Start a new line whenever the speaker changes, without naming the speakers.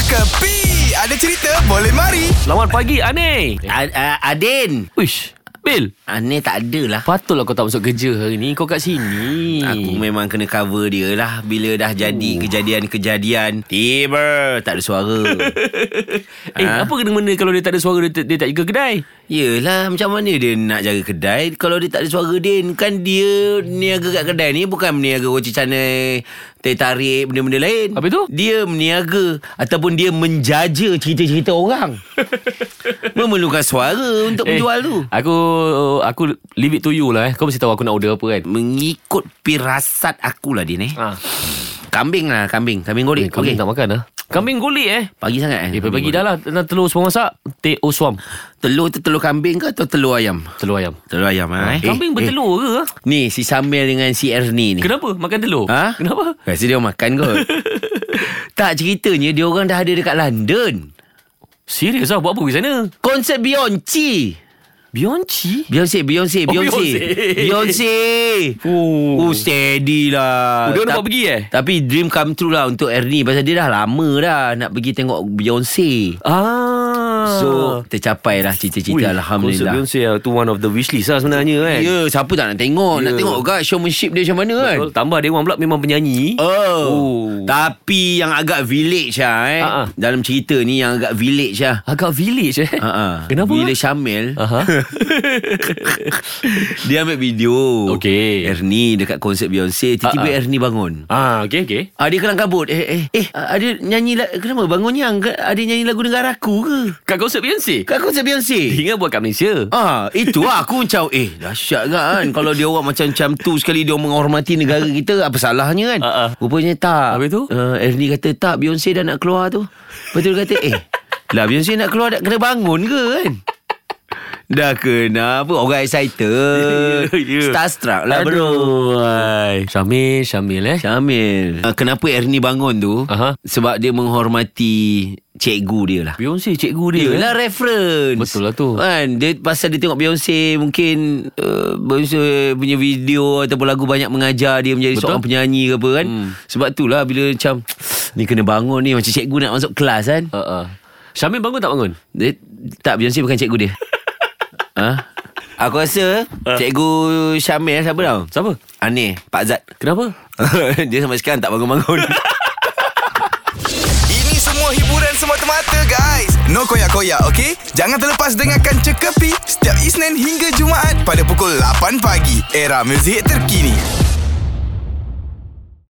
Kepi Ada cerita boleh mari
Selamat pagi, Ani.
Eh. A- A- Adin
Uish, Bil.
Aneh tak ada lah
Patutlah kau tak masuk kerja hari ni. Kau kat sini.
Aku memang kena cover dia lah Bila dah jadi kejadian-kejadian Tiba Tak ada suara
Eh, ha? apa kena menda kalau dia tak ada suara, dia, dia tak jaga kedai?
Yelah macam mana dia nak jaga kedai Kalau dia tak ada suara Din Kan dia meniaga kat kedai ni Bukan meniaga koci canai Teh tarik Benda-benda lain
Habis tu?
Dia meniaga Ataupun dia menjaja cerita-cerita orang Memerlukan suara untuk eh. penjual tu
Aku uh, aku leave it to you lah eh. Kau mesti tahu aku nak order apa kan.
Mengikut pirasat akulah Din eh
Ha.
Kambing lah kambing Kambing goreng
Eh, kambing okay. tak makan lah. Kambing golek eh.
Pagi sangat
Eh, pagi-pagi dah lah. Nak telur suam masak. Teh oswam.
Telur tu telur kambing ke atau telur ayam?
Telur ayam.
Telur ayam ha?
Eh, kambing bertelur ke?
Ni si Samir dengan si Ernie ni
Kenapa makan telur?
Ha?
Kenapa?
Rasa dia makan kot Tak ceritanya dia orang dah ada dekat London
Serius lah buat apa pergi sana?
Konsert Beyonce
Bianchi?
Beyonce, Beyonce,
Oh,
Beyonce
Beyonce.
Beyonce
Oh.
Oh steady lah
Oh, dia orang
Ta-
dapat pergi eh?
Tapi dream come true lah untuk Ernie Pasal dia dah lama dah nak pergi tengok Beyonce
Ah.
So tercapai lah
Ui,
cita-cita
Konsert
Alhamdulillah
Beyonce lah, tu one of the wish list lah sebenarnya kan.
Ya, siapa tak nak tengok? Nak
Ya.
tengok guys showmanship dia macam mana kan?
Betul. Tambah dia orang pula memang penyanyi.
Oh.
Oh.
Tapi yang agak village lah eh.
Ha-ha.
Dalam cerita ni yang agak village lah.
Agak village eh.
Ha-ha.
Kenapa? Ah.
Bila Syamil
Aha.
Dia ambil video
Okey. Ah,
Ernie dekat konsert Beyonce Tiba-tiba
Ha-ha.
Ernie bangun
ah, okey okey.
Ah, dia kelang kabut Eh eh eh Ada nyanyi la- Kenapa bangun yang Ada nyanyi lagu negaraku ke
Kat konsert Beyonce.
Kat konsert Beyonce
Ingat buat kat Malaysia.
Ah, itu lah aku macam eh dahsyat kan kalau dia orang macam macam tu sekali dia orang menghormati negara kita apa salahnya kan?
Ah, ah.
Rupanya tak.
Habis tu?
Uh, Ernie kata tak Beyonce dah nak keluar tu. Lepas tu dia kata eh lah Beyonce nak keluar dah kena bangun ke kan? Dah kenapa Orang excited
Ya, ya.
Starstruck lah bro
Aduh, ai. Syamil, Syamil eh.
Syamil uh, Kenapa Ernie bangun tu
Aha.
Sebab dia menghormati Cikgu dia lah
Beyonce cikgu dia.
dia
eh.
lah reference
Betul lah tu.
Kan dia, Pasal dia tengok Beyonce Mungkin uh, Beyonce punya video Ataupun lagu banyak mengajar Dia
Betul.
menjadi Betul? seorang penyanyi ke apa kan hmm. Sebab tu lah Bila macam Ni kena bangun ni Macam cikgu nak masuk kelas kan
Ha ah. Syamil bangun tak bangun?
dia, Tak Beyonce bukan cikgu dia ha?
Ah.
Aku rasa Cikgu Syamil eh, siapa tau
Ha. Siapa?
Aneh Pak Zat
Kenapa?
Dia sampai sekarang tak bangun-bangun
Ini semua hiburan semata-mata guys No koyak-koyak ok Jangan terlepas dengarkan Cekapi Setiap Isnin hingga Jumaat Pada pukul 8 pagi Era muzik terkini